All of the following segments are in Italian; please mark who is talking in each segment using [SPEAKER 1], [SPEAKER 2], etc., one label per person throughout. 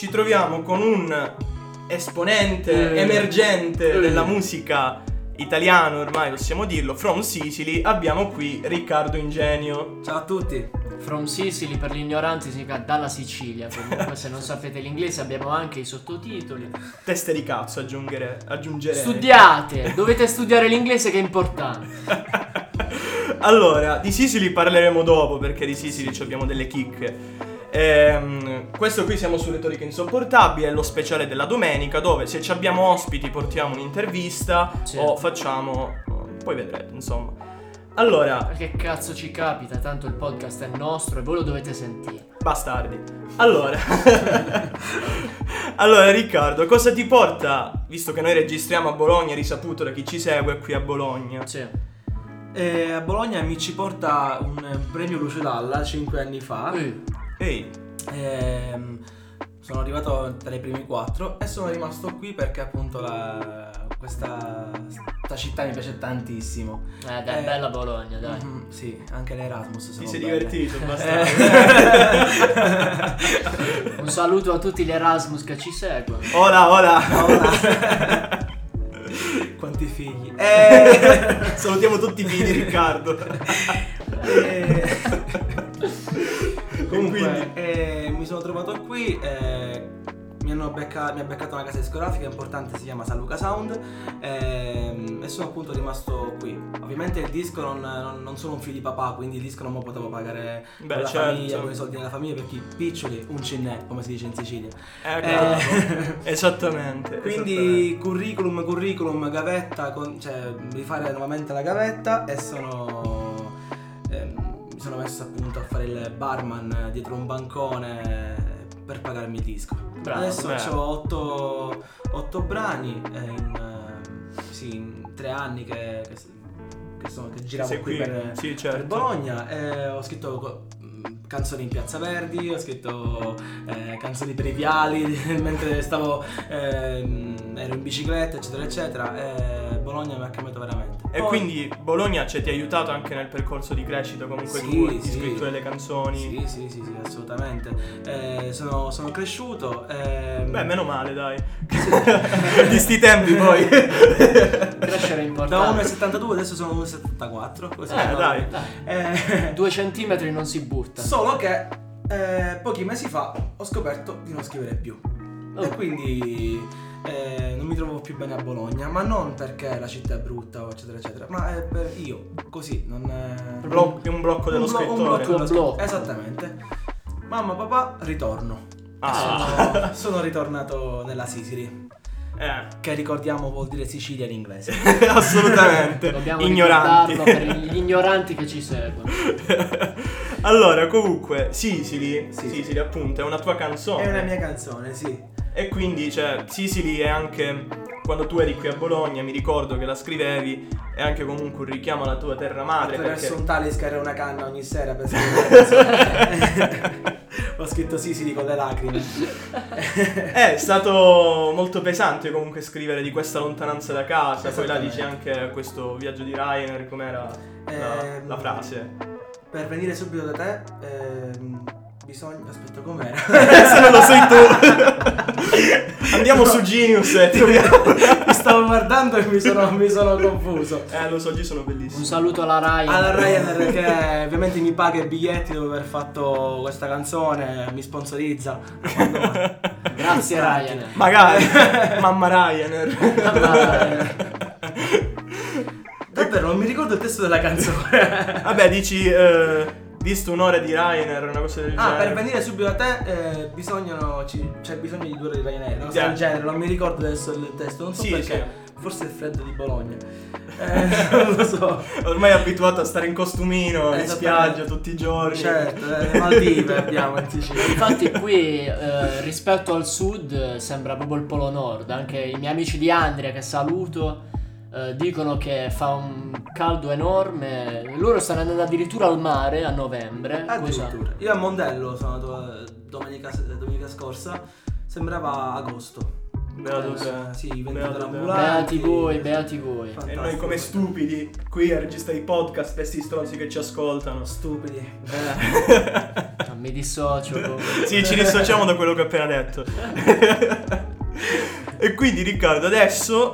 [SPEAKER 1] ritroviamo con un esponente
[SPEAKER 2] Eh.
[SPEAKER 1] emergente
[SPEAKER 2] Eh.
[SPEAKER 1] della musica italiana, ormai possiamo dirlo, from Sicily, abbiamo qui Riccardo Ingenio.
[SPEAKER 3] Ciao a tutti.
[SPEAKER 2] From Sicily per gli ignoranti significa dalla Sicilia. Comunque, se non sapete l'inglese, abbiamo anche i sottotitoli.
[SPEAKER 1] Teste di cazzo aggiungere, aggiungerei.
[SPEAKER 2] Studiate, dovete studiare l'inglese che è importante.
[SPEAKER 1] allora, di Sicily parleremo dopo perché di Sicily ci abbiamo delle chicche. Ehm, questo qui siamo su Retorica Insopportabile, è lo speciale della domenica dove se ci abbiamo ospiti portiamo un'intervista
[SPEAKER 2] Certo.
[SPEAKER 1] o facciamo... poi vedrete, insomma. Allora,
[SPEAKER 2] Ma Che cazzo ci capita? Tanto il podcast è nostro e voi lo dovete sentire.
[SPEAKER 1] bastardi. Allora... allora Riccardo, cosa ti porta, visto che noi registriamo a Bologna, è risaputo da chi ci segue qui a Bologna?
[SPEAKER 2] Cioè,
[SPEAKER 3] Eh, a Bologna mi ci porta un eh, premio Lucio Dalla 5 anni fa.
[SPEAKER 2] eh,
[SPEAKER 1] Ehi,
[SPEAKER 3] Ehm, sono arrivato tra i primi quattro e sono rimasto qui perché appunto la- questa, sta città mi piace tantissimo.
[SPEAKER 2] eh, dai,
[SPEAKER 3] Eh.
[SPEAKER 2] bella Bologna, dai.
[SPEAKER 3] Mhm, sì, anche l'Erasmus.
[SPEAKER 1] ti
[SPEAKER 3] sono
[SPEAKER 1] sei
[SPEAKER 3] belle.
[SPEAKER 1] divertito, eh. bastardo.
[SPEAKER 3] Eh.
[SPEAKER 2] Un saluto a tutti gli Erasmus che ci seguono.
[SPEAKER 1] Ora, ora.
[SPEAKER 3] Ora. Quanti figli? Eh,
[SPEAKER 1] Salutiamo tutti i figli di Riccardo.
[SPEAKER 3] eh,
[SPEAKER 1] Comunque,
[SPEAKER 3] Comunque, eh, mi sono trovato qui. eh, mi, hanno becca- mi ha beccato una casa discografica importante, si chiama San Luca Sound. ehm, e sono appunto rimasto qui. Ovviamente il disco non, non- non sono un figlio di papà, quindi il disco non me lo potevo pagare
[SPEAKER 1] Beh,
[SPEAKER 3] con la
[SPEAKER 1] certo.
[SPEAKER 3] famiglia, con i soldi della famiglia, perché i piccioli, un cinnè, come si dice in Sicilia.
[SPEAKER 1] ecco.
[SPEAKER 3] Eh.
[SPEAKER 1] Esattamente.
[SPEAKER 3] Quindi curriculum, curriculum, gavetta, con- cioè rifare nuovamente la gavetta e sono... ehm, mi sono messo appunto a fare il barman dietro un bancone per pagarmi il disco.
[SPEAKER 2] Bravo,
[SPEAKER 3] Adesso
[SPEAKER 1] bravo.
[SPEAKER 3] ho 8, brani eh, in, eh, sì, in tre anni che, che, che sono, che giravo
[SPEAKER 1] Sei
[SPEAKER 3] qui,
[SPEAKER 1] qui.
[SPEAKER 3] per,
[SPEAKER 1] Sì,
[SPEAKER 3] per
[SPEAKER 1] certo.
[SPEAKER 3] Bologna. eh, ho scritto co- mh, canzoni in Piazza Verdi, ho scritto eh, canzoni per i viali mentre stavo ehm, ero in bicicletta, eccetera, eccetera. eh, Bologna mi ha cambiato veramente.
[SPEAKER 1] E
[SPEAKER 3] Poi-
[SPEAKER 1] quindi Bologna cioè, ti ha aiutato anche nel percorso di crescita comunque
[SPEAKER 3] Sì,
[SPEAKER 1] tu, di
[SPEAKER 3] sì.
[SPEAKER 1] scrittura delle canzoni.
[SPEAKER 3] Sì, sì, sì, sì, assolutamente. Eh, sono, sono cresciuto. ehm,
[SPEAKER 1] Beh, meno male, dai. di sti tempi poi.
[SPEAKER 2] Crescere è
[SPEAKER 3] Da
[SPEAKER 2] importante.
[SPEAKER 3] 1,72 adesso sono 1,74. così.
[SPEAKER 1] Eh, dai.
[SPEAKER 2] Dai,
[SPEAKER 3] Eh,
[SPEAKER 2] due centimetri non si butta.
[SPEAKER 3] solo che eh, pochi mesi fa ho scoperto di non scrivere più.
[SPEAKER 2] Oh.
[SPEAKER 3] E quindi eh, non mi trovo più bene a Bologna, ma non perché la città è brutta, o eccetera, eccetera, ma è per io, così, non è...
[SPEAKER 1] Blo- un blocco dello
[SPEAKER 3] Un blo- un
[SPEAKER 1] scrittore.
[SPEAKER 3] blocco dello
[SPEAKER 2] Un
[SPEAKER 3] scri-
[SPEAKER 2] blocco.
[SPEAKER 3] Esattamente. Mamma, papà, ritorno.
[SPEAKER 1] Ah,
[SPEAKER 3] Sono, sono ritornato nella Sicily,
[SPEAKER 1] eh.
[SPEAKER 3] che ricordiamo vuol dire Sicilia in inglese.
[SPEAKER 1] Assolutamente.
[SPEAKER 2] Dobbiamo
[SPEAKER 1] Ignoranti.
[SPEAKER 2] ricordarlo per gli ignoranti che ci seguono.
[SPEAKER 1] allora, comunque, Sicily,
[SPEAKER 3] Sì.
[SPEAKER 1] Sicily appunto, è una tua canzone.
[SPEAKER 3] È una mia canzone, sì.
[SPEAKER 1] E quindi, cioè, Sicily è anche quando tu eri qui a Bologna, mi ricordo che la scrivevi, è anche comunque un richiamo alla tua terra madre.
[SPEAKER 3] Attraverso
[SPEAKER 1] Perché...
[SPEAKER 3] un talis che era una canna ogni sera per scrivere. Ho scritto Sicily con le lacrime.
[SPEAKER 1] È stato molto pesante comunque scrivere di questa lontananza da casa. Poi là dici anche questo viaggio di Ryanair, com'era la,
[SPEAKER 3] Ehm,
[SPEAKER 1] la frase.
[SPEAKER 3] Per venire subito da te, ehm, bisogna. Aspetta, com'era?
[SPEAKER 1] Se non lo sei tu. Andiamo su Genius e troviamo.
[SPEAKER 3] Mi stavo guardando e mi sono, mi sono confuso.
[SPEAKER 1] Eh, lo so, oggi sono bellissimo.
[SPEAKER 2] Un saluto alla Rai.
[SPEAKER 3] Alla Ryanair che ovviamente mi paga i biglietti dopo aver fatto questa canzone, mi sponsorizza.
[SPEAKER 2] Grazie Ryanair.
[SPEAKER 1] Magari, mamma Ryanair.
[SPEAKER 3] Ah, eh, Davvero, non mi ricordo il testo della canzone.
[SPEAKER 1] Vabbè, dici, eh, visto un'ora di Ryanair, una cosa del
[SPEAKER 3] Ah,
[SPEAKER 1] genere.
[SPEAKER 3] per venire subito da te, eh, bisognano, ci- c'è bisogno di due ore di Ryanair, una cosa
[SPEAKER 1] Sì.
[SPEAKER 3] del genere, non mi ricordo adesso il testo, non so
[SPEAKER 1] Sì,
[SPEAKER 3] perché, forse il freddo di Bologna, Eh, non lo so,
[SPEAKER 1] Ormai abituato a stare in costumino, in
[SPEAKER 3] Esattamente.
[SPEAKER 1] spiaggia tutti i giorni.
[SPEAKER 3] certo, eh, le Maldive abbiamo in Sicilia.
[SPEAKER 2] Infatti qui eh, rispetto al sud eh, sembra proprio il Polo Nord, anche i miei amici di Andria che saluto eh, dicono che fa un caldo enorme, loro stanno andando addirittura al mare a novembre, cosa-
[SPEAKER 3] Addirittura, io a Mondello sono andato eh, domenica, domenica scorsa, sembrava agosto,
[SPEAKER 1] Beato
[SPEAKER 2] Eh,
[SPEAKER 1] te.
[SPEAKER 3] Sì, i
[SPEAKER 1] Beato
[SPEAKER 3] venditori
[SPEAKER 1] te.
[SPEAKER 3] ambulanti.
[SPEAKER 2] Beati voi, beati voi.
[SPEAKER 1] E noi come stupidi, qui a registrare i podcast, questi stronzi che ci ascoltano.
[SPEAKER 3] Stupidi.
[SPEAKER 2] Non Ah, mi dissocio. comunque.
[SPEAKER 1] Sì, ci dissociamo da quello che ho appena detto. e quindi Riccardo adesso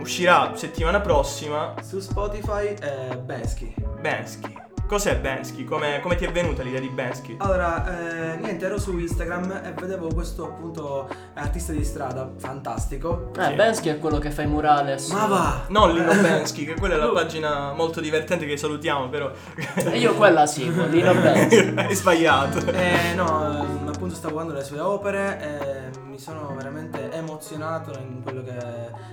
[SPEAKER 1] uscirà settimana prossima
[SPEAKER 3] Su Spotify, eh, Bensky.
[SPEAKER 1] Bensky. Cos'è Bensky? Come, come ti è venuta l'idea di Bensky?
[SPEAKER 3] Allora, eh, niente, ero su Instagram e vedevo questo appunto artista di strada fantastico.
[SPEAKER 2] Eh,
[SPEAKER 1] Sì.
[SPEAKER 2] Bensky è quello che fa i murales.
[SPEAKER 3] Ma va!
[SPEAKER 1] Non Lino Bensky, che quella è la
[SPEAKER 3] Lui.
[SPEAKER 1] pagina molto divertente che salutiamo, però
[SPEAKER 2] E io quella seguo, Lino Bensky.
[SPEAKER 1] hai sbagliato.
[SPEAKER 3] Eh, no, ehm, appunto stavo guardando le sue opere e mi sono veramente emozionato in quello che,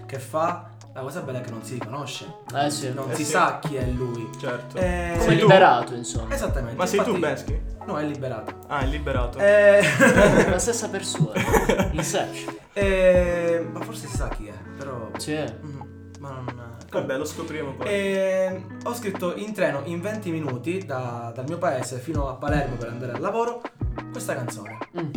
[SPEAKER 3] che fa. La cosa bella è che non si riconosce, Cioè,
[SPEAKER 2] Eh sì.
[SPEAKER 3] non
[SPEAKER 1] Eh
[SPEAKER 3] si
[SPEAKER 1] sì.
[SPEAKER 3] sa chi è lui.
[SPEAKER 1] Certo.
[SPEAKER 3] Eh,
[SPEAKER 2] Come
[SPEAKER 1] Sei tu?
[SPEAKER 2] liberato, insomma.
[SPEAKER 3] Esattamente.
[SPEAKER 1] Ma sei tu
[SPEAKER 3] infatti-
[SPEAKER 1] Bensky?
[SPEAKER 3] No, è liberato.
[SPEAKER 1] Ah, è liberato.
[SPEAKER 3] Eh,
[SPEAKER 2] La stessa persona. Inception.
[SPEAKER 3] eh, ma forse si sa chi è, però...
[SPEAKER 2] Sì.
[SPEAKER 3] Mm, Ma non...
[SPEAKER 1] Vabbè, lo scopriremo poi.
[SPEAKER 3] eh, E ho scritto in treno in 20 minuti da- dal mio paese fino a Palermo per andare al lavoro questa canzone.
[SPEAKER 2] Mm.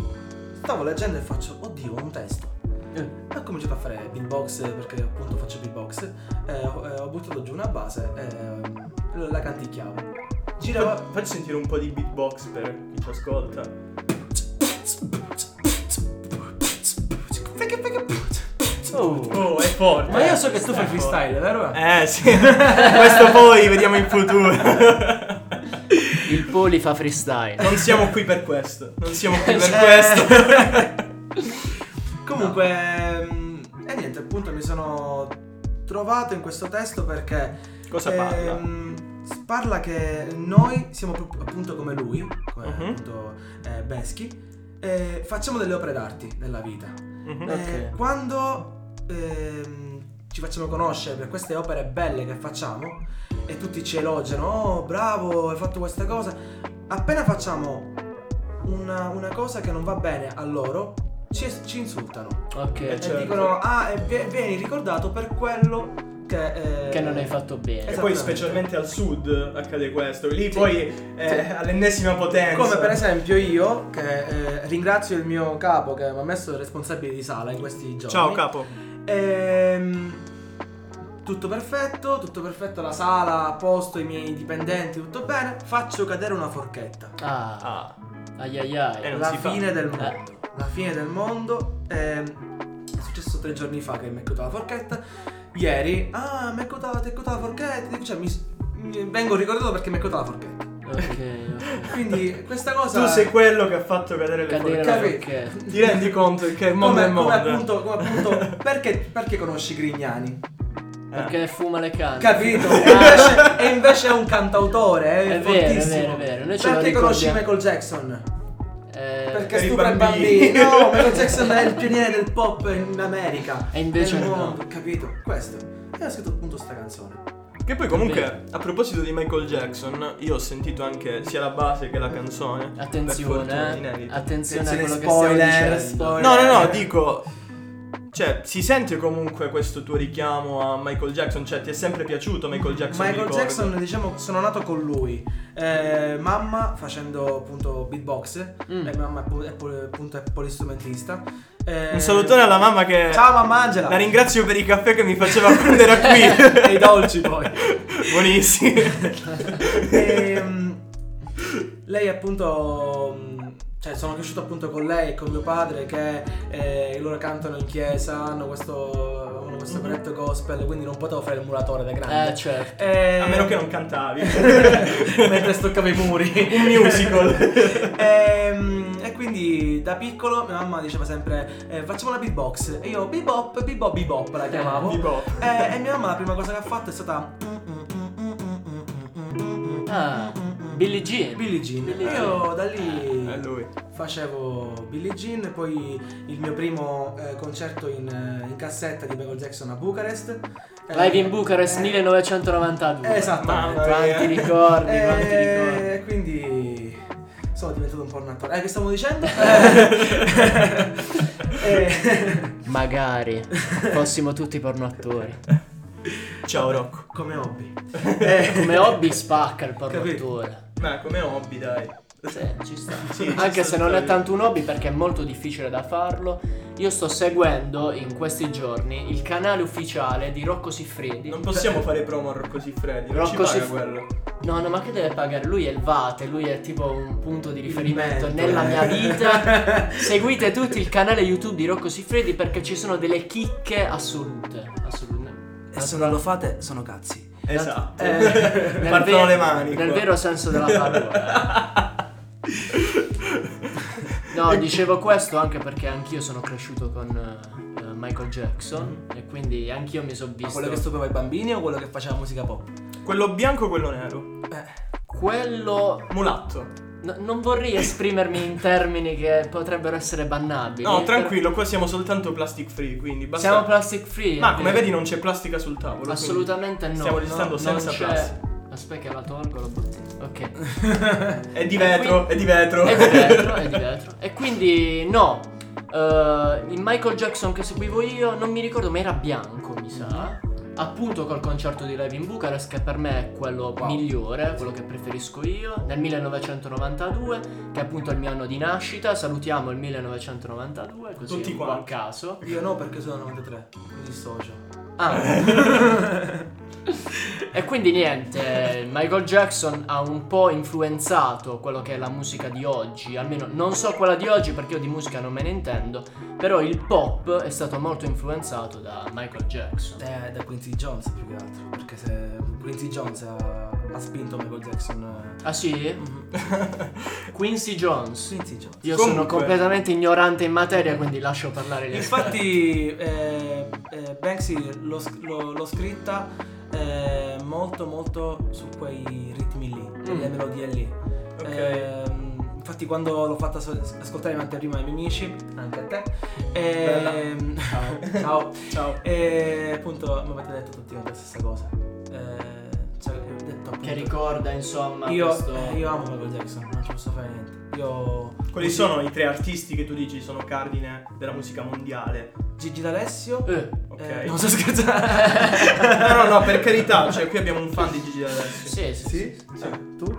[SPEAKER 3] Stavo leggendo e faccio, oddio, ho un testo.
[SPEAKER 2] Eh.
[SPEAKER 3] E Ho cominciato a fare beatbox perché appunto faccio beatbox. E ho, e ho buttato giù una base e la canticchiavo.
[SPEAKER 1] Fa-
[SPEAKER 3] Girava...
[SPEAKER 1] Facci sentire un po' di beatbox per chi ci ascolta.
[SPEAKER 2] Oh.
[SPEAKER 1] Oh, è forte.
[SPEAKER 3] Ma io
[SPEAKER 1] eh.
[SPEAKER 3] so che tu
[SPEAKER 1] È
[SPEAKER 3] fai
[SPEAKER 1] forte.
[SPEAKER 3] freestyle, vero?
[SPEAKER 1] Eh sì, questo poi vediamo in futuro.
[SPEAKER 2] Il poli fa freestyle.
[SPEAKER 1] Non siamo qui per questo. Non siamo qui per
[SPEAKER 3] Eh.
[SPEAKER 1] questo.
[SPEAKER 3] Comunque, ehm, e niente, appunto mi sono trovato in questo testo perché
[SPEAKER 1] Cosa parla?
[SPEAKER 3] Ehm, s- parla che noi siamo pro- appunto come lui, come
[SPEAKER 1] Mhm.
[SPEAKER 3] appunto eh, Beschi, e facciamo delle opere d'arte nella vita.
[SPEAKER 1] Mhm.
[SPEAKER 3] Eh,
[SPEAKER 2] Ok.
[SPEAKER 3] quando ehm, ci facciamo conoscere per queste opere belle che facciamo e tutti ci elogiano, oh bravo, hai fatto questa cosa, appena facciamo una, una cosa che non va bene a loro, ci, ci insultano
[SPEAKER 1] Eh,
[SPEAKER 3] e
[SPEAKER 2] Ok.
[SPEAKER 1] certo.
[SPEAKER 3] dicono, ah, e vie- vieni ricordato per quello che... eh,
[SPEAKER 2] Che non hai fatto bene.
[SPEAKER 1] E poi
[SPEAKER 3] esattamente.
[SPEAKER 1] specialmente al sud accade questo. Lì poi eh, all'ennesima potenza.
[SPEAKER 3] Come per esempio io, che eh, ringrazio il mio capo che mi ha messo il responsabile di sala in questi giorni.
[SPEAKER 1] Ciao capo.
[SPEAKER 3] Ehm, tutto perfetto, tutto perfetto, la sala, a posto, i miei dipendenti, tutto bene. Faccio cadere una forchetta.
[SPEAKER 2] Ah.
[SPEAKER 1] Ah,
[SPEAKER 2] Ai ai ai.
[SPEAKER 1] Eh, non
[SPEAKER 3] la
[SPEAKER 1] si fa.
[SPEAKER 3] fine del mondo.
[SPEAKER 2] Eh.
[SPEAKER 3] La fine del mondo. Ehm, è successo tre giorni fa che mi è caduta la forchetta. Ieri, ah, mi è caduta, ti è caduta la forchetta. Cioè, mi, mi- vengo ricordato perché mi è caduta la forchetta.
[SPEAKER 2] Ok,
[SPEAKER 3] Quindi questa cosa...
[SPEAKER 1] tu sei quello che ha fatto cadere
[SPEAKER 2] ok.
[SPEAKER 1] le
[SPEAKER 2] Cadere
[SPEAKER 1] forche.
[SPEAKER 2] la
[SPEAKER 3] Capi-
[SPEAKER 2] forchetta.
[SPEAKER 1] Ti rendi conto che il mondo
[SPEAKER 3] come,
[SPEAKER 1] è mondo.
[SPEAKER 3] come appunto, come appunto perché, perché conosci Grignani?
[SPEAKER 1] Eh.
[SPEAKER 2] Perché fuma le canne.
[SPEAKER 3] Capito? E
[SPEAKER 2] Ah,
[SPEAKER 3] invece, e invece è un cantautore, è,
[SPEAKER 2] È vero, è
[SPEAKER 3] fortissimo.
[SPEAKER 2] vero, è vero. Noi ce lo
[SPEAKER 3] Perché conosci
[SPEAKER 2] ricordiamo.
[SPEAKER 3] Michael Jackson?
[SPEAKER 2] eh,
[SPEAKER 3] Perché
[SPEAKER 1] per i
[SPEAKER 3] stupra i
[SPEAKER 1] bambini.
[SPEAKER 3] bambini. No, Michael Jackson è il pioniere del pop in America.
[SPEAKER 2] E invece
[SPEAKER 3] nel
[SPEAKER 2] no.
[SPEAKER 3] mondo, capito? Questo. E ho scritto appunto sta canzone.
[SPEAKER 1] Che poi comunque, a proposito di Michael Jackson, io ho sentito anche sia la base che la canzone. per fortuna,
[SPEAKER 2] Attenzione, eh.
[SPEAKER 1] inedito.
[SPEAKER 2] attenzione a
[SPEAKER 3] Attenzione,
[SPEAKER 2] quello che
[SPEAKER 3] spoiler,
[SPEAKER 2] stiamo dicendo.
[SPEAKER 3] spoiler.
[SPEAKER 1] No, no, no, dico. Cioè, si sente comunque questo tuo richiamo a Michael Jackson? Cioè, ti è sempre piaciuto Michael Jackson?
[SPEAKER 3] Michael
[SPEAKER 1] ricordo?
[SPEAKER 3] Jackson, diciamo, sono nato con lui. Eh, mamma facendo appunto beatbox.
[SPEAKER 2] Mm.
[SPEAKER 3] E mamma è, pu- è pu- appunto è polistrumentista. Eh,
[SPEAKER 1] Un salutone alla mamma che.
[SPEAKER 3] Ciao mamma Angela.
[SPEAKER 1] La ringrazio per i caffè che mi faceva prendere a qui.
[SPEAKER 3] E i dolci poi.
[SPEAKER 1] Buonissimi.
[SPEAKER 2] Eh,
[SPEAKER 3] Ehm, lei appunto mm, cioè sono cresciuto appunto con lei e con mio padre che eh, loro cantano in chiesa hanno questo avevano questo
[SPEAKER 1] Mm-hmm.
[SPEAKER 3] progetto gospel quindi non potevo fare il muratore da grande
[SPEAKER 2] Eh, certo.
[SPEAKER 3] Eh,
[SPEAKER 1] A meno che non cantavi.
[SPEAKER 3] mentre stoccavo i muri
[SPEAKER 1] Un musical.
[SPEAKER 3] Ehm, e quindi da piccolo mia mamma diceva sempre eh, facciamo la beatbox e io bebop bebop bebop la chiamavo
[SPEAKER 1] Bebop.
[SPEAKER 3] Eh, e mia mamma la prima cosa che ha fatto è stata
[SPEAKER 2] Ah, Billie Jean.
[SPEAKER 3] Billie Jean.
[SPEAKER 2] Billie
[SPEAKER 3] Io da
[SPEAKER 2] Eh,
[SPEAKER 1] È
[SPEAKER 3] lì
[SPEAKER 1] lui.
[SPEAKER 3] facevo Billie Jean, poi il mio primo eh, concerto in, eh, in cassetta di Michael Jackson a Bucarest. Eh,
[SPEAKER 2] Live in Bucharest
[SPEAKER 3] eh,
[SPEAKER 2] 1992.
[SPEAKER 3] Esatto.
[SPEAKER 1] Mamma
[SPEAKER 2] Quanti
[SPEAKER 1] mia.
[SPEAKER 2] ricordi, quanti ricordi.
[SPEAKER 3] Eh, quindi sono diventato un po' un attore. Eh, che stavo dicendo? Eh,
[SPEAKER 2] Magari fossimo tutti pornoattori.
[SPEAKER 1] Ciao Rocco.
[SPEAKER 3] come hobby. Eh,
[SPEAKER 2] Come hobby spacca il
[SPEAKER 3] Capito.
[SPEAKER 2] pornoattore.
[SPEAKER 1] Ma come hobby, dai.
[SPEAKER 2] Sì, ci sta.
[SPEAKER 1] Sì, ci
[SPEAKER 2] Anche
[SPEAKER 1] sta
[SPEAKER 2] se non è
[SPEAKER 1] storia.
[SPEAKER 2] tanto un hobby perché è molto difficile da farlo. Io sto seguendo in questi giorni il canale ufficiale di Rocco Siffredi.
[SPEAKER 1] Non possiamo fare promo a Rocco Siffredi, non
[SPEAKER 2] Rocco
[SPEAKER 1] ci paga
[SPEAKER 2] Siff-
[SPEAKER 1] quello.
[SPEAKER 2] No, no, ma che deve pagare? Lui è il Vate, lui è tipo un punto di riferimento
[SPEAKER 3] mento.
[SPEAKER 2] nella
[SPEAKER 1] eh.
[SPEAKER 2] mia vita. Seguite tutti il canale YouTube di Rocco Siffredi perché ci sono delle chicche assolute. Assolute.
[SPEAKER 3] E se non lo fate, sono cazzi.
[SPEAKER 1] Esatto.
[SPEAKER 2] Eh, nel
[SPEAKER 1] Partono
[SPEAKER 2] ver-
[SPEAKER 1] le mani.
[SPEAKER 2] Nel
[SPEAKER 1] qua.
[SPEAKER 2] vero senso della parola. No, dicevo questo anche perché anch'io sono cresciuto con eh, eh, Michael Jackson e quindi anch'io mi sono
[SPEAKER 3] Ma
[SPEAKER 2] visto
[SPEAKER 3] quello che stupeva i bambini o quello che faceva musica pop?
[SPEAKER 1] Quello bianco e quello nero.
[SPEAKER 2] quello
[SPEAKER 1] Mulatto.
[SPEAKER 2] no, non vorrei esprimermi in termini che potrebbero essere bannabili.
[SPEAKER 1] No,
[SPEAKER 2] per-
[SPEAKER 1] tranquillo, qua siamo soltanto plastic free, quindi basta.
[SPEAKER 2] Siamo plastic free.
[SPEAKER 1] Ma come
[SPEAKER 2] eh,
[SPEAKER 1] vedi non c'è plastica sul tavolo. quindi
[SPEAKER 2] assolutamente no.
[SPEAKER 1] Stiamo
[SPEAKER 2] no,
[SPEAKER 1] registrando
[SPEAKER 2] non
[SPEAKER 1] senza
[SPEAKER 2] c'è-
[SPEAKER 1] plastica.
[SPEAKER 2] Aspetta che la tolgo, la bottiglia. Ok.
[SPEAKER 1] È di
[SPEAKER 2] Eh,
[SPEAKER 1] vetro, è di vetro.
[SPEAKER 2] È di vetro, è di vetro. E quindi no. Eh, il Michael Jackson che seguivo io non mi ricordo, ma era bianco, mi sa. Appunto col concerto di Live in Bucharest, che per me è quello
[SPEAKER 3] Wow.
[SPEAKER 2] migliore, quello che preferisco io, nel 1992, che è appunto il mio anno di nascita. Salutiamo il 1992, così
[SPEAKER 1] Tutti
[SPEAKER 2] un po' a
[SPEAKER 1] quanti.
[SPEAKER 2] caso.
[SPEAKER 3] Io no, perché sono 93. Così socio.
[SPEAKER 2] Ah. e quindi niente, Michael Jackson ha un po' influenzato quello che è la musica di oggi, almeno non so quella di oggi perché io di musica non me ne intendo, però il pop è stato molto influenzato da Michael Jackson.
[SPEAKER 3] Eh, da Quincy Jones più che altro. Perché se Quincy Jones ha, ha spinto Michael Jackson.
[SPEAKER 2] Ah sì?
[SPEAKER 3] Mm-hmm.
[SPEAKER 2] Quincy
[SPEAKER 3] eh,
[SPEAKER 2] Jones.
[SPEAKER 3] Quincy Jones.
[SPEAKER 2] Io sono
[SPEAKER 1] Comunque-
[SPEAKER 2] completamente ignorante in materia, quindi lascio parlare gli
[SPEAKER 3] Infatti, eh, eh, Banksy l'ho, sc- l'ho- l'ho scritta eh, molto, molto su quei ritmi lì, le
[SPEAKER 2] Mm.
[SPEAKER 3] melodie lì.
[SPEAKER 1] Ok.
[SPEAKER 2] Eh.
[SPEAKER 3] Ehm, infatti, quando l'ho fatta so- ascoltare in anteprima ai miei amici, anche a te,
[SPEAKER 1] Bella.
[SPEAKER 3] ehm,
[SPEAKER 1] Ciao.
[SPEAKER 3] ciao.
[SPEAKER 1] Ciao.
[SPEAKER 3] E appunto, mi avete detto tutti la stessa cosa. Eh, cioè, ho detto appunto,
[SPEAKER 2] che ricorda insomma
[SPEAKER 3] io,
[SPEAKER 2] questo...
[SPEAKER 3] eh, io amo Michael Jackson, non ci posso fare niente. Io.
[SPEAKER 1] Quali sono i tre artisti che tu dici sono cardine della musica mondiale?
[SPEAKER 3] Gigi D'Alessio.
[SPEAKER 2] Eh,
[SPEAKER 1] Ok.
[SPEAKER 3] eh, non so scherzare.
[SPEAKER 1] no, no, no, per carità, cioè qui abbiamo un fan di Gigi D'Alessio.
[SPEAKER 2] sì, sì, sì.
[SPEAKER 1] Sì.
[SPEAKER 3] tu?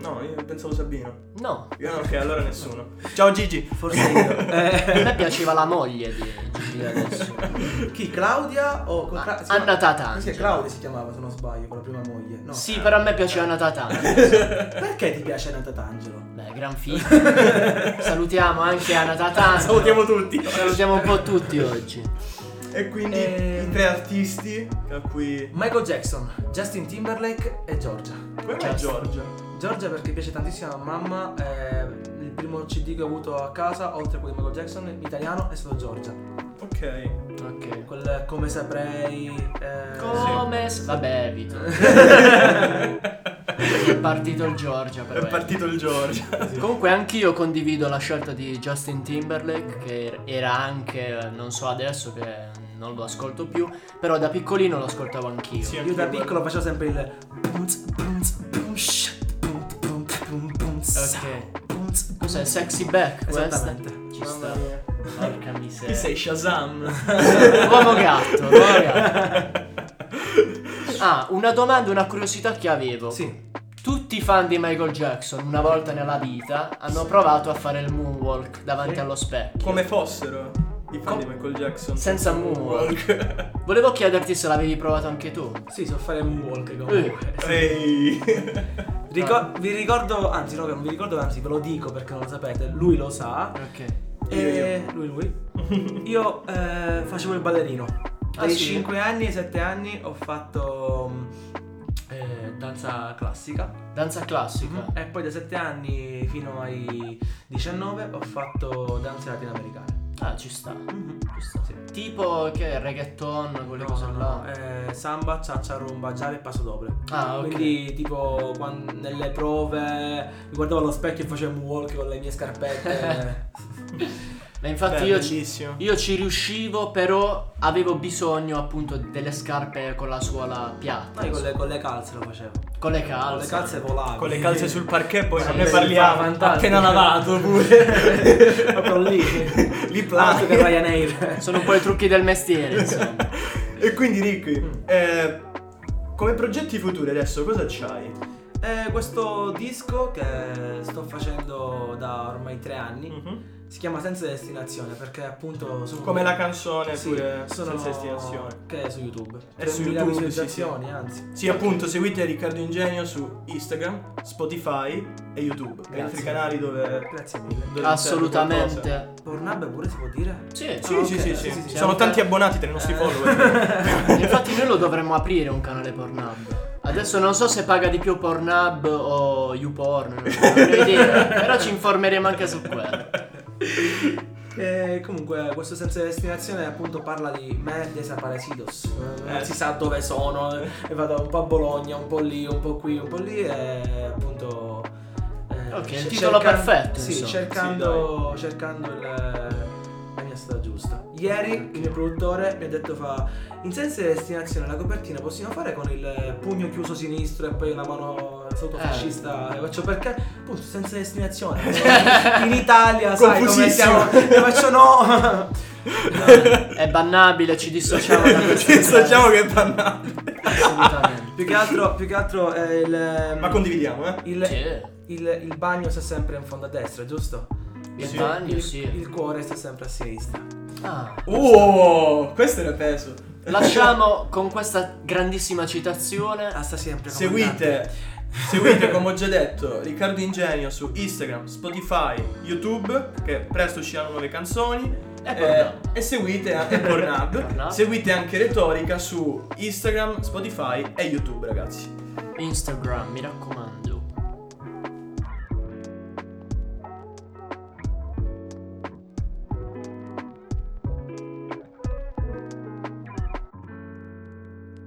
[SPEAKER 1] No, io pensavo Sabino.
[SPEAKER 2] No,
[SPEAKER 1] Io no, ok, allora nessuno. Ciao Gigi.
[SPEAKER 3] Forse io. Eh,
[SPEAKER 2] a me piaceva la moglie di Gigi adesso.
[SPEAKER 3] chi? Claudia o con Ecco, Cla- si chiama-
[SPEAKER 2] Anna Tatangelo.
[SPEAKER 3] Sì, Claudia si chiamava, se non sbaglio, con la prima moglie. No.
[SPEAKER 2] Sì, però a me piaceva Anna Tatangelo.
[SPEAKER 3] Perché ti piace Anna Tatangelo?
[SPEAKER 2] Beh, gran figa. Salutiamo anche Anna Tatangelo.
[SPEAKER 1] Salutiamo tutti.
[SPEAKER 2] Salutiamo un po' tutti oggi.
[SPEAKER 1] E quindi
[SPEAKER 3] Ehm.
[SPEAKER 1] i tre artisti a cui...
[SPEAKER 3] Michael Jackson, Justin Timberlake e Giorgia.
[SPEAKER 1] Come mai
[SPEAKER 2] Just-
[SPEAKER 1] Giorgia?
[SPEAKER 3] Giorgia perché piace tantissimo a mamma, eh, il primo CD che ho avuto a casa, oltre a quello di Michael Jackson, in italiano è stato Giorgia.
[SPEAKER 1] Ok.
[SPEAKER 2] Ok.
[SPEAKER 3] Quel come saprei... eh,
[SPEAKER 2] Come... s- Vabbè, Vito. È partito il Giorgia però. ecco.
[SPEAKER 1] È partito il Giorgia.
[SPEAKER 2] Comunque anch'io condivido la scelta di Justin Timberlake che er-, era anche, non so adesso che non lo ascolto più, però da piccolino lo ascoltavo anch'io.
[SPEAKER 1] Sì,
[SPEAKER 3] Io da
[SPEAKER 1] anch'io
[SPEAKER 3] piccolo facevo sempre il... punz, punz, punsh, punz, punz, punz, punz,
[SPEAKER 2] Ok.
[SPEAKER 3] punz, punz.
[SPEAKER 2] Cos'è? Sexy back questa?
[SPEAKER 3] Esattamente.
[SPEAKER 2] Ci sta.
[SPEAKER 1] Mamma mia.
[SPEAKER 2] Porca
[SPEAKER 1] Chi
[SPEAKER 2] miseria.
[SPEAKER 1] sei Shazam?
[SPEAKER 2] Uomo gatto, uomo gatto. Ah, una domanda, una curiosità che avevo.
[SPEAKER 3] Sì.
[SPEAKER 2] Tutti i fan di Michael Jackson, una volta nella vita, hanno provato a fare il moonwalk davanti
[SPEAKER 1] Sì.
[SPEAKER 2] allo specchio.
[SPEAKER 1] Come fossero i fan
[SPEAKER 2] Com-
[SPEAKER 1] di Michael Jackson.
[SPEAKER 2] Senza
[SPEAKER 1] moonwalk.
[SPEAKER 2] Volevo chiederti se l'avevi provato anche tu.
[SPEAKER 3] Sì, so fare un walk comunque.
[SPEAKER 1] Ehi.
[SPEAKER 3] Ricor- vi ricordo, anzi no, che non vi ricordo, anzi ve lo dico perché non lo sapete, lui lo sa.
[SPEAKER 2] Ok.
[SPEAKER 1] Io,
[SPEAKER 3] e lui, lui. Io eh, facevo il ballerino.
[SPEAKER 1] Ah,
[SPEAKER 3] Dai
[SPEAKER 2] sì?
[SPEAKER 3] 5 anni ai 7 anni ho fatto mm, eh, danza classica.
[SPEAKER 2] Danza classica.
[SPEAKER 3] E poi da 7 anni fino ai 19 ho fatto danze latinoamericane.
[SPEAKER 2] Ah, ci sta. Ci sta.
[SPEAKER 3] Mhm. Sì.
[SPEAKER 2] Tipo che reggaeton, quelle
[SPEAKER 3] No,
[SPEAKER 2] cose
[SPEAKER 3] no,
[SPEAKER 2] là.
[SPEAKER 3] no, eh, samba, ciaccia, rumba, jazz e passo doble.
[SPEAKER 2] Ah, ok.
[SPEAKER 3] Quindi tipo quan- nelle prove mi guardavo allo specchio e facevo un walk con le mie scarpette.
[SPEAKER 2] Ma infatti
[SPEAKER 1] Beh,
[SPEAKER 2] io ci,
[SPEAKER 1] bellissimo.
[SPEAKER 2] Io ci riuscivo, però avevo bisogno appunto delle scarpe con la suola piatta.
[SPEAKER 3] No, io con le, con le calze lo facevo.
[SPEAKER 2] con le
[SPEAKER 3] Con le
[SPEAKER 2] calze.
[SPEAKER 3] calze volavo.
[SPEAKER 1] Con le calze sul parquet poi
[SPEAKER 2] Sì,
[SPEAKER 1] non ne
[SPEAKER 2] sì,
[SPEAKER 1] parliamo.
[SPEAKER 3] fantastico.
[SPEAKER 1] Appena lavato pure.
[SPEAKER 3] Proprio lì.
[SPEAKER 1] Li
[SPEAKER 3] L'altro che
[SPEAKER 2] Ah.
[SPEAKER 1] plato.
[SPEAKER 3] Ryanair.
[SPEAKER 2] Sono un po' i trucchi del mestiere, insomma.
[SPEAKER 3] Mm.
[SPEAKER 1] e quindi Ricky, eh, come progetti futuri adesso cosa c'hai?
[SPEAKER 3] È questo disco che sto facendo da ormai tre anni.
[SPEAKER 1] Mhm.
[SPEAKER 3] Si chiama Senza Destinazione perché appunto sono
[SPEAKER 1] Come la canzone
[SPEAKER 3] Sì,
[SPEAKER 1] pure
[SPEAKER 3] sono-
[SPEAKER 1] senza destinazione.
[SPEAKER 3] Che è su YouTube.
[SPEAKER 1] È su
[SPEAKER 3] 3.000
[SPEAKER 1] YouTube, sì, sì.
[SPEAKER 3] visualizzazioni, anzi.
[SPEAKER 1] Sì, appunto, seguite Riccardo Ingenio su Instagram, Spotify e YouTube.
[SPEAKER 3] Grazie.
[SPEAKER 1] Altri canali dove.
[SPEAKER 3] Grazie mille.
[SPEAKER 1] dove serve
[SPEAKER 2] Assolutamente.
[SPEAKER 3] Pornhub pure si può dire?
[SPEAKER 2] Sì,
[SPEAKER 1] qualcosa. Sì,
[SPEAKER 3] Ah,
[SPEAKER 1] sì, sì,
[SPEAKER 3] ok.
[SPEAKER 1] sì,
[SPEAKER 3] Sì, sì, sì.
[SPEAKER 1] Sono
[SPEAKER 2] Siamo
[SPEAKER 1] tanti
[SPEAKER 2] per-
[SPEAKER 1] abbonati tra i nostri
[SPEAKER 3] Eh.
[SPEAKER 1] follower.
[SPEAKER 2] Infatti noi lo dovremmo aprire un canale Pornhub. Adesso non so se paga di più Pornhub o YouPorn, non saprei dire, però ci informeremo anche su quello.
[SPEAKER 3] E Eh, comunque questo senza destinazione appunto parla di me desaparecidos. Eh, Non
[SPEAKER 1] Eh.
[SPEAKER 3] si sa dove sono, eh, e vado un po' a Bologna, un po' lì, un po' qui, un po' lì e appunto... eh,
[SPEAKER 2] Ok, il
[SPEAKER 3] ce-
[SPEAKER 2] titolo
[SPEAKER 3] cerca-
[SPEAKER 2] perfetto,
[SPEAKER 3] Sì,
[SPEAKER 2] insomma.
[SPEAKER 3] cercando, cercando il- la mia strada giusta. Ieri il mio produttore mi ha detto fa... In senza destinazione la copertina possiamo fare con il pugno chiuso sinistro e poi una mano
[SPEAKER 2] Eh.
[SPEAKER 3] sottofascista. E faccio perché? Appunto, senza destinazione. In Italia, sai come siamo.
[SPEAKER 1] Confusissimo.
[SPEAKER 3] E faccio no.
[SPEAKER 2] È bannabile, ci dissociamo da questo.
[SPEAKER 1] Ci associamo diciamo che è banale.
[SPEAKER 2] Assolutamente.
[SPEAKER 3] Più che altro, più che altro eh, il,
[SPEAKER 1] Ma condividiamo, eh.
[SPEAKER 3] il,
[SPEAKER 2] Sì.
[SPEAKER 3] il- il bagno sta sempre in fondo a destra, giusto?
[SPEAKER 2] Il
[SPEAKER 1] Sì. Uh,
[SPEAKER 2] bagno,
[SPEAKER 3] il,
[SPEAKER 2] sì.
[SPEAKER 3] il cuore sta sempre a sinistra.
[SPEAKER 2] Ah.
[SPEAKER 1] Oh, questo era peso.
[SPEAKER 2] Lasciamo con questa grandissima citazione.
[SPEAKER 3] Ah, sta sempre. comandante.
[SPEAKER 1] Seguite, seguite come ho già detto Riccardo Ingenio su Instagram, Spotify, YouTube, che presto usciranno nuove canzoni.
[SPEAKER 2] E
[SPEAKER 1] eh,
[SPEAKER 2] Pornhub.
[SPEAKER 1] e seguite anche Pornhub.
[SPEAKER 2] Pornhub.
[SPEAKER 1] seguite anche Retorica su Instagram, Spotify e YouTube, ragazzi.
[SPEAKER 2] Instagram, mi raccomando.